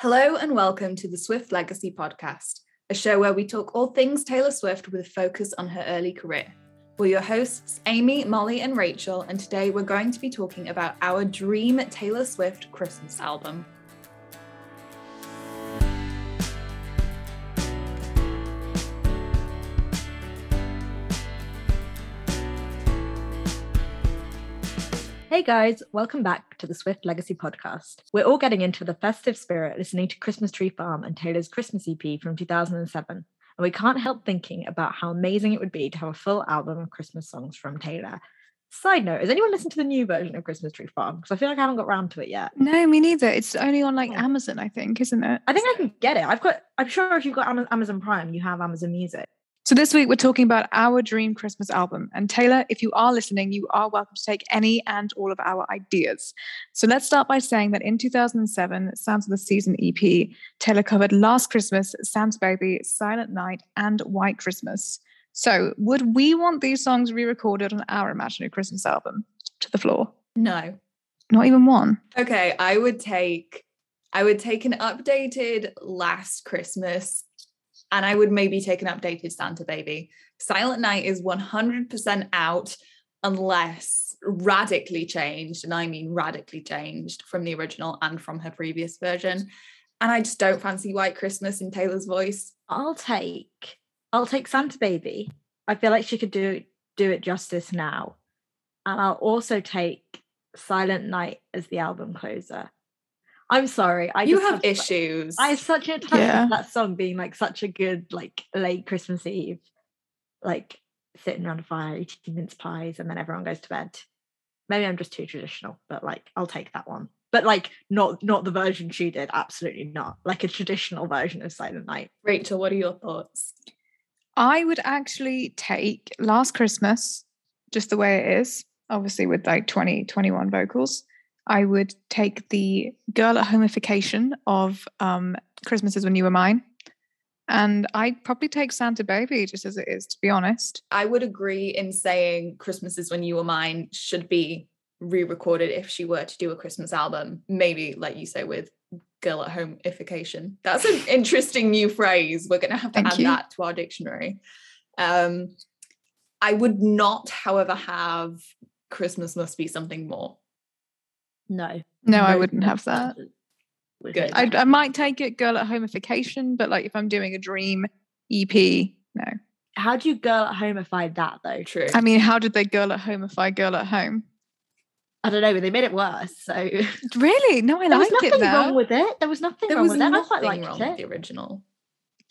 Hello and welcome to the Swift Legacy Podcast, a show where we talk all things Taylor Swift with a focus on her early career. We're your hosts, Amy, Molly, and Rachel, and today we're going to be talking about our dream Taylor Swift Christmas album. Hey guys, welcome back to the Swift Legacy podcast. We're all getting into the festive spirit listening to Christmas Tree Farm and Taylor's Christmas EP from 2007. And we can't help thinking about how amazing it would be to have a full album of Christmas songs from Taylor. Side note, has anyone listened to the new version of Christmas Tree Farm? Because I feel like I haven't got round to it yet. No, me neither. It's only on like Oh. Amazon, I think, isn't it? I think I can get it. I've got, I'm sure if you've got Ama- Amazon Prime, you have Amazon Music. So this week we're talking about our dream Christmas album. And Taylor, if you are listening, you are welcome to take any and all of our ideas. So let's start by saying that in 2007, Sounds of the Season EP, Taylor covered Last Christmas, Sam's Baby, Silent Night, and White Christmas. So would we want these songs re-recorded on our imaginary Christmas album? To the floor. No. Not even one. Okay, I would take I would take an updated Last Christmas and I would maybe take an updated Santa Baby. Silent Night is 100% out unless radically changed and I mean radically changed from the original and from her previous version. And I just don't fancy White Christmas in Taylor's voice. I'll take I'll take Santa Baby. I feel like she could do do it justice now. And I'll also take Silent Night as the album closer. I'm sorry. I you just have issues. I have such an attachment Yeah. to that song being like such a good like late Christmas Eve, like sitting around a fire eating mince pies and then everyone goes to bed. Maybe I'm just too traditional, but like I'll take that one. But like not not the version she did, absolutely not. Like a traditional version of Silent Night. Rachel, what are your thoughts? I would actually take Last Christmas, just the way it is, obviously with like 20, 21 vocals. I would take the girl at homification of um, Christmases When You Were Mine. And I'd probably take Santa Baby just as it is, to be honest. I would agree in saying Christmases When You Were Mine should be re-recorded if she were to do a Christmas album. Maybe, like you say, with girl at homeification. That's an interesting new phrase. We're gonna have to Thank add you. that to our dictionary. Um, I would not, however, have Christmas must be something more. No. No, I wouldn't have that. Good. I, I might take it girl at homification, but like if I'm doing a dream EP, no. How do you girl at homify that though? True. I mean, how did they girl at homify girl at home? I don't know, but they made it worse. So there Really? No, I was like it nothing though. wrong with it. There was nothing there wrong was with it. I nothing quite liked wrong with it. the original.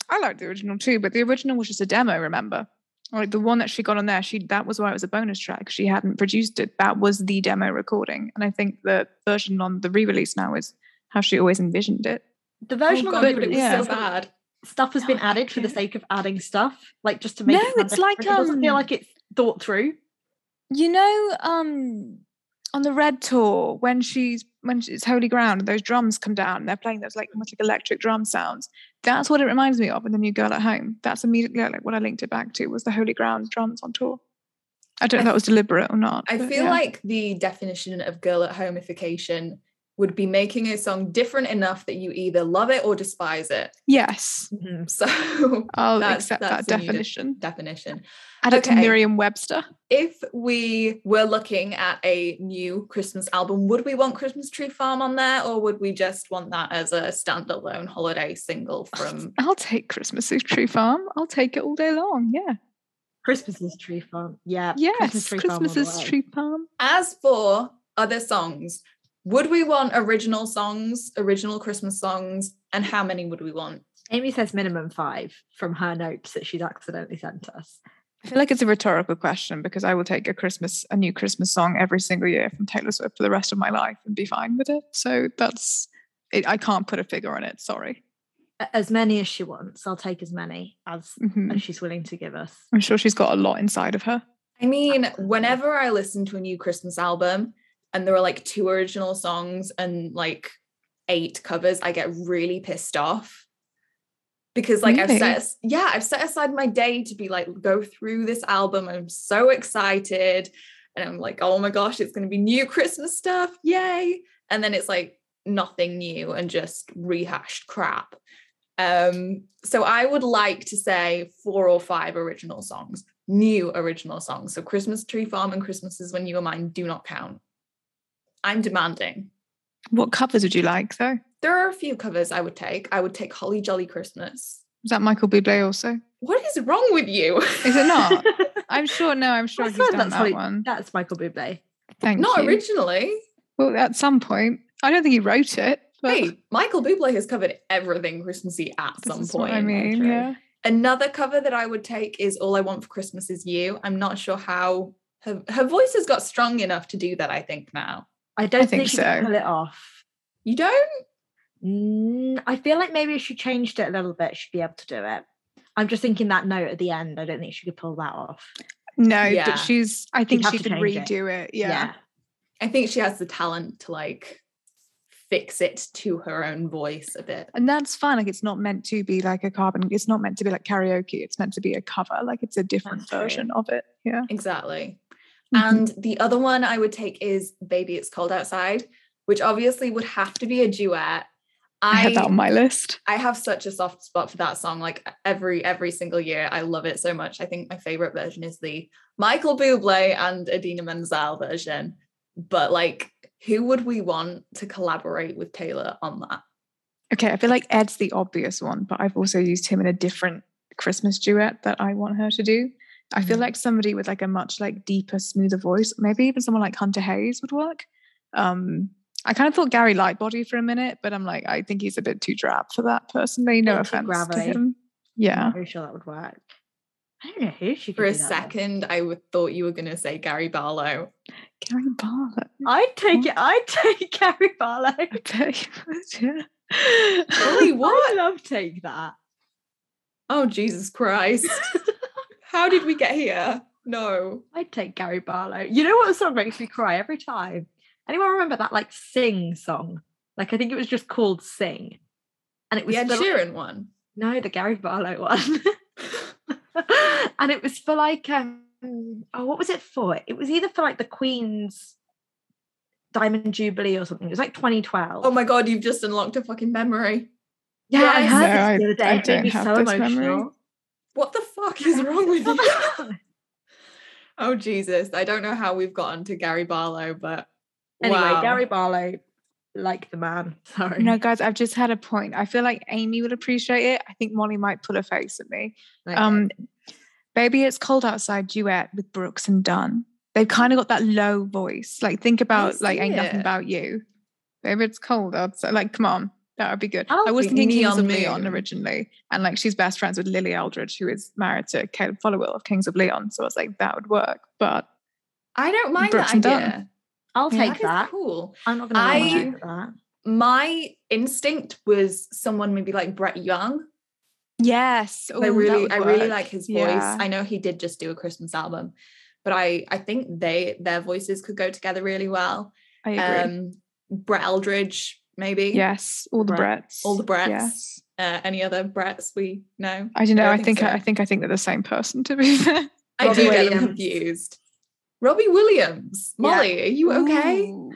I liked the original too, but the original was just a demo. Remember, like the one that she got on there, she that was why it was a bonus track. She hadn't produced it. That was the demo recording, and I think the version on the re-release now is how she always envisioned it. The Oh version God, on the but it was yeah. so bad. Stuff has No, been I added for the get it. sake of adding stuff, like just to make No, it. sound it's like, different. it doesn't feel um, like it's thought through. You know, um, on the Red Tour when she's when she- it's Holy Ground, and those drums come down and they're playing those like almost like electric drum sounds. That's what it reminds me of in the New Girl at Home. That's immediately like what I linked it back to was the Holy Ground drums on tour. I don't I know if that was deliberate or not. I but feel yeah. like the definition of girl at homeification would be making a song different enough that you either love it or despise it. yes. Mm-hmm. So I'll That's- accept that's that a new de- definition. definition. Add it Okay. to Merriam-Webster. If we were looking at a new Christmas album, would we want Christmas Tree Farm on there or would we just want that as a standalone holiday single from I'll take Christmas is Tree Farm. I'll take it all day long. Yeah. Christmas is tree farm. Yeah. Yes. farm all Christmas the is way. Tree Farm. As for other songs, would we want original songs, original Christmas songs, and how many would we want? Amy says minimum five from her notes that she's accidentally sent us. I feel like it's a rhetorical question because I will take a Christmas, a new Christmas song every single year from Taylor Swift for the rest of my life and be fine with it. So that's it, I can't put a figure on it. Sorry. A- As many as she wants. I'll take as many as, Mhm. as she's willing to give us. I'm sure she's got a lot inside of her. I mean, Absolutely. whenever I listen to a new Christmas album and there are like two original songs and like eight covers, I get really pissed off. Because like I've Really? set as- yeah, I've set aside my day to be like go through this album. I'm so excited. And I'm like, oh my gosh, it's gonna be new Christmas stuff. Yay. And then it's like nothing new and just rehashed crap. Um, so I would like to say four or five original songs, new original songs. So Christmas Tree Farm and Christmases When You Were Mine do not count. I'm demanding. What covers would you like though? There are a few covers I would take. I would take Holly Jolly Christmas. Is that Michael Bublé also? What is wrong with you? Is it not? I'm sure. No, I'm sure I he's swear done that's that Holly- one. That's Michael Bublé. Thank not you. originally. Well, at some point, I don't think he wrote it. But Hey, Michael Bublé has covered everything Christmassy at this some is point. what I mean, true. yeah. Another cover that I would take is All I Want for Christmas Is You. I'm not sure how her, her voice has got strong enough to do that, I think, now. I don't think think, she can so. pull it off. You don't? Mm, I feel like maybe if she changed it a little bit, she'd be able to do it. I'm just thinking that note at the end. I don't think she could pull that off. No, Yeah. but she's. I think have she to could change it. redo it. Yeah. I think she has the talent to like fix it to her own voice a bit. and that's fine. Like it's not meant to be like a carbon. It's not meant to be like karaoke. It's meant to be a cover. Like it's a different That's true. version of it. Yeah. Exactly. Mhm. And the other one I would take is Baby It's Cold Outside, which obviously would have to be a duet. Mm-hmm. I had that on I my list. I have such a soft spot for that song. Like every every single year, I love it so much. I think my favorite version is the Michael Bublé and Adina Menzel version. But like, who would we want to collaborate with Taylor on that? Okay, I feel like Ed's the obvious one, but I've also used him in a different Christmas duet that I want her to do. I feel Mhm. like somebody with like a much like deeper, smoother voice, maybe even someone like Hunter Hayes would work. Um, I kind of thought Gary Lightbody for a minute, but I'm like, I think he's a bit too drab for that personally. Bit No too offense to gravelly. him. Yeah. I'm pretty sure that would work. I don't know who she could For a do that with. second, I would, thought you were gonna say Gary Barlow. Gary Barlow. I'd take it. I'd take Gary Barlow. I bet he would, yeah. Oh, Really? I'd What? love take that. Oh Jesus Christ! How did we get here? No. I'd take Gary Barlow. You know what song makes me cry every time? Anyone remember that like sing song? Like I think it was just called Sing. And it was The Ed for, like- Sheeran one. No, the Gary Barlow one. and it was for like um oh what was it for? It was either for like the Queen's Diamond Jubilee or something. It was like 2012. Oh my god, you've just unlocked a fucking memory. yeah, I yes. heard No, this I- the other day. I it made me don't have so this memory. emotional. What the fuck is wrong with you? Oh Jesus, I don't know how we've gotten to Gary Barlow, but anyway, wow. Gary Barlow, like the man. Sorry. No, guys, I've just had a point. I feel like Amy would appreciate it. I think Molly might pull a face at me. Okay. Um, Baby It's Cold Outside duet with Brooks and Dunn. They've kind of got that low voice. Like, think about, like, see Ain't Nothing it. About You. Baby It's Cold Outside. Like, come on. That would be good. I don't I was think thinking Kings of Neon Leon Moon. originally. And, like, she's best friends with Lily Eldridge, who is married to Caleb Followill of Kings of Leon. So I was like, that would work. But I don't mind Brooks that and Dunn. idea. I'll yeah, take is that. cool. I'm not gonna lie, I- I'll take that. My instinct was someone maybe like Brett Young. yes. I ooh, that really, would I really work. like his voice. Yeah. I know he did just do a Christmas album, but I, I think they, their voices could go together really well. I agree. Um, Brett Eldridge, maybe. yes. All the Brett. Bretts. All the Bretts. Yes. Uh, any other Bretts we know? I don't know. don't I think think, I so. I think I think they're the same person. To be fair, I do Robbie get them Williams. confused. Robbie Williams. Yeah. Molly, are you okay? Ooh.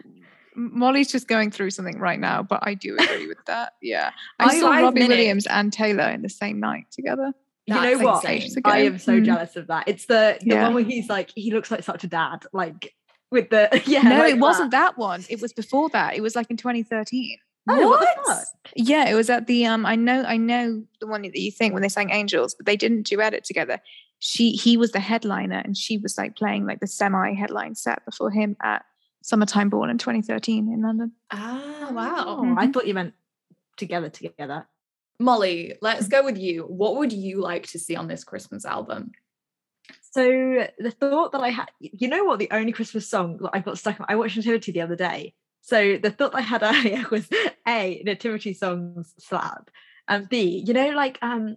M- Molly's just going through something right now, but I do agree with that. Yeah, I, I- saw five Robbie minutes. Williams and Taylor in the same night together. You That's know what? insane. Ages I ago. am so Mm. jealous of that. It's the, the Yeah. one where he's like, he looks like such a dad, like with the yeah. no, like it wasn't that one. It was before that. It was like in 2013. that. Oh, No, what? the oh, What? fuck? Yeah, it was at the um. I know, I know the one that you think when they sang Angels, but they didn't duet it together. She, he was the headliner, and she was like playing like the semi-headline set before him at Summertime Ball in 2013 in London. Ah, wow. Oh, I thought you meant together, together. Molly, let's go with you. What would you like to see on this Christmas album? So the thought that I had, you know what? The only Christmas song that I got stuck on, I watched Nativity the other day. So the thought I had earlier was A, Nativity songs slap. And B, you know, like, um,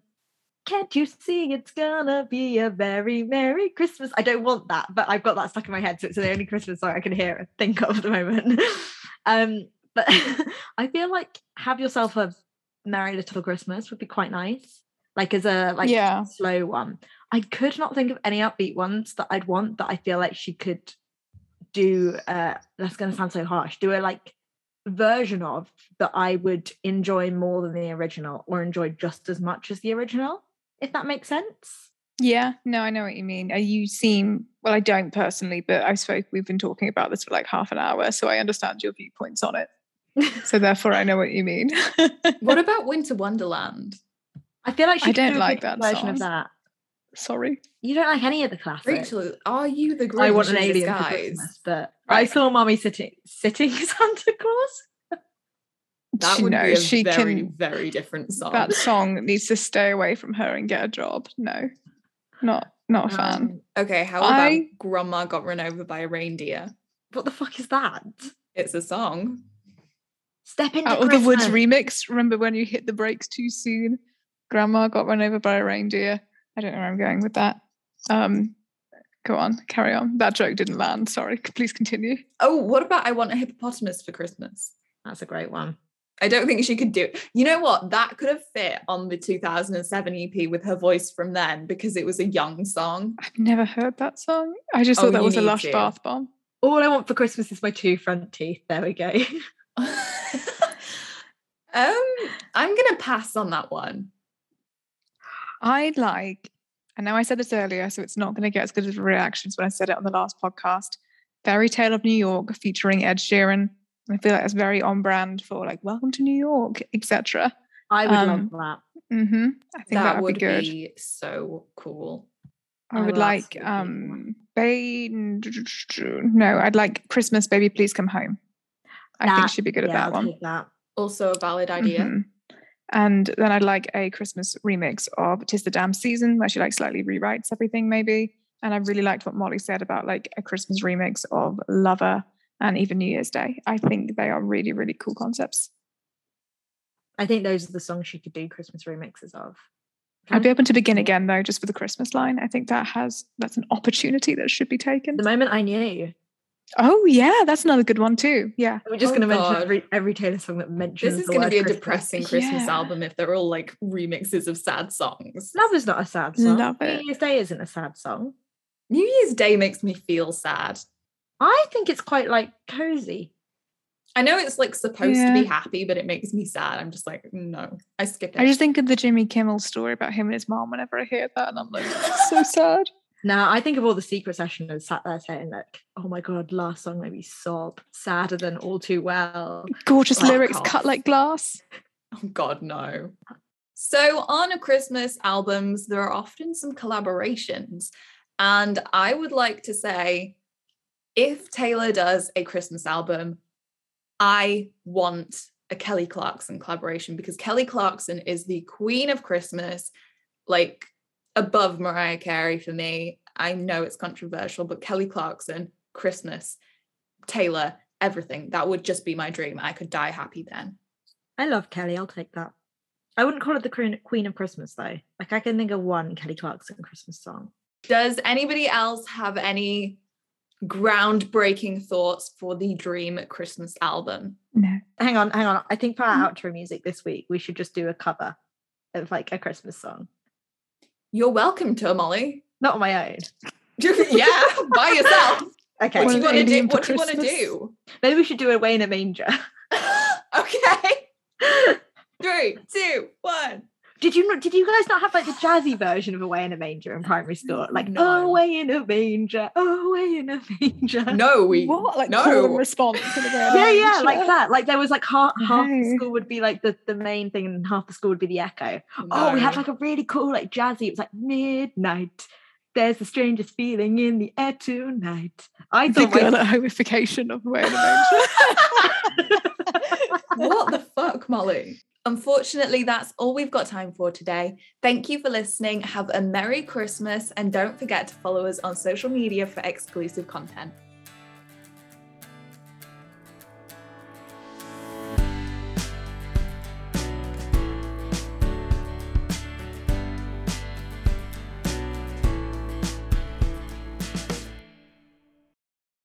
can't you see it's gonna be a very Merry Christmas? I don't want that, but I've got that stuck in my head. So it's the only Christmas song I can hear and think of at the moment. um, but I feel like have yourself a Merry Little Christmas would be quite nice. Like as a like yeah, slow one. I could not think of any upbeat ones that I'd want that I feel like she could do. Uh, that's going to sound so harsh. Do a like version of that I would enjoy more than the original or enjoy just as much as the original, if that makes sense. Yeah, no, I know what you mean. Uh, You seem well. I don't personally, but I spoke. We've been talking about this for like half an hour, so I understand your viewpoints on it. So therefore, I know what you mean. What about Winter Wonderland? I feel like she I don't could do a like different that version of song. that. Sorry. You don't like any of the classics. Rachel, are you the Grinch I want an in alien for disguise? Christmas, but I Right. saw Mummy sitting sitting Santa Claus. That would no, be a she very, can. very different song. That song needs to stay away from her and get a job. No, not not a fan. Um, okay, how about I- Grandma Got Run Over by a Reindeer? what the fuck is that? It's a song. Step into Out of the Woods Christmas. remix. Remember when you hit the brakes too soon? Grandma got run over by a reindeer. I don't know where I'm going with that. Um, go on, carry on. That joke didn't land. Sorry. C- Please continue. Oh, what about I Want a Hippopotamus for Christmas? That's a great one. I don't think she could do it. You know what? That could have fit on the 2007 EP E with her voice from then because it was a young song. I've never heard that song. I just Oh, thought that you was a need lush to. bath bomb. All I want for Christmas is my two front teeth. There we go. um, I'm gonna pass on that one. I like, I know I said this earlier, so it's not going to get as good of a reaction as when I said it on the last podcast. Fairy Tale of New York featuring Ed Sheeran. I feel like that's very on brand for like Welcome to New York, etc. I would Um, love that. Mm-hmm. I think that, That, would would be good. be so cool. I I would will like absolutely want um ba- no, I'd like Christmas baby please come home. I That- think she'd be good yeah, at that I'll one. take that. Also a valid idea. Mhm. And then I'd like a Christmas remix of Tis the Damn Season where she like slightly rewrites everything maybe. And I really liked what Molly said about like a Christmas remix of Lover and even New Year's Day. I think they are really really cool concepts. I think those are the songs she could do Christmas remixes of. I'd Trying be to open to begin think. again though just with the Christmas line. I think that has that's an opportunity that should be taken. The moment I knew, Oh yeah, that's another good one too. Yeah. we're just Oh, going to mention God. every, every Taylor song that mentions. This is the going to word be a Christmas. depressing Christmas Yeah. album if they're all like remixes of sad songs. Love is not a sad song. Love it. New Year's Day isn't a sad song. New Year's Day makes me feel sad. I think it's quite like cozy. I know it's like supposed to Yeah. be happy, but it makes me sad. I'm just like, no, I skip it. I just think of the Jimmy Kimmel story about him and his mom whenever I hear that, and I'm like, "That's so sad. Now I think of all the secret sessioners sat there saying like, "Oh my god, last song made me sob, sadder than all too well." Gorgeous Fuck lyrics, off. cut like glass. Oh God, no. So on a Christmas albums, there are often some collaborations. And I would like to say, if Taylor does a Christmas album, I want a Kelly Clarkson collaboration because Kelly Clarkson is the queen of Christmas, like above Mariah Carey for me. I know it's controversial, but Kelly Clarkson, Christmas, Taylor, everything. That would just be my dream. I could die happy then. I love Kelly. I'll take that. I wouldn't call it the queen queen of Christmas though. Like I can think of one Kelly Clarkson Christmas song. Does anybody else have any groundbreaking thoughts for the Dream Christmas album? No. Hang on, hang on. I think for our Mm-hmm. outro music this week, we should just do a cover of like a Christmas song, You're welcome to Molly. not my own. yeah, by yourself. Okay, What do One you of want to do? Alien for What do you want to Christmas. do? maybe we should do Away in a Manger. okay, three, two, one. Did you not? Did you guys not have like the jazzy version of Away in a Manger in primary school? Like No. Away in a Manger, Away in a Manger. No, we. What? Like no. call and response. in a way I Yeah, yeah, like like that. Like there was like half, half the No. school would be like the, the main thing, and half the school would be the echo. No. Oh, we had like a really cool like jazzy. It was like midnight. There's the strangest feeling in the air tonight. I The thought my girl at homification of Wayne Manger. what the fuck, Molly? Unfortunately, that's all we've got time for today. Thank you for listening. Have a Merry Christmas and don't forget to follow us on social media for exclusive content.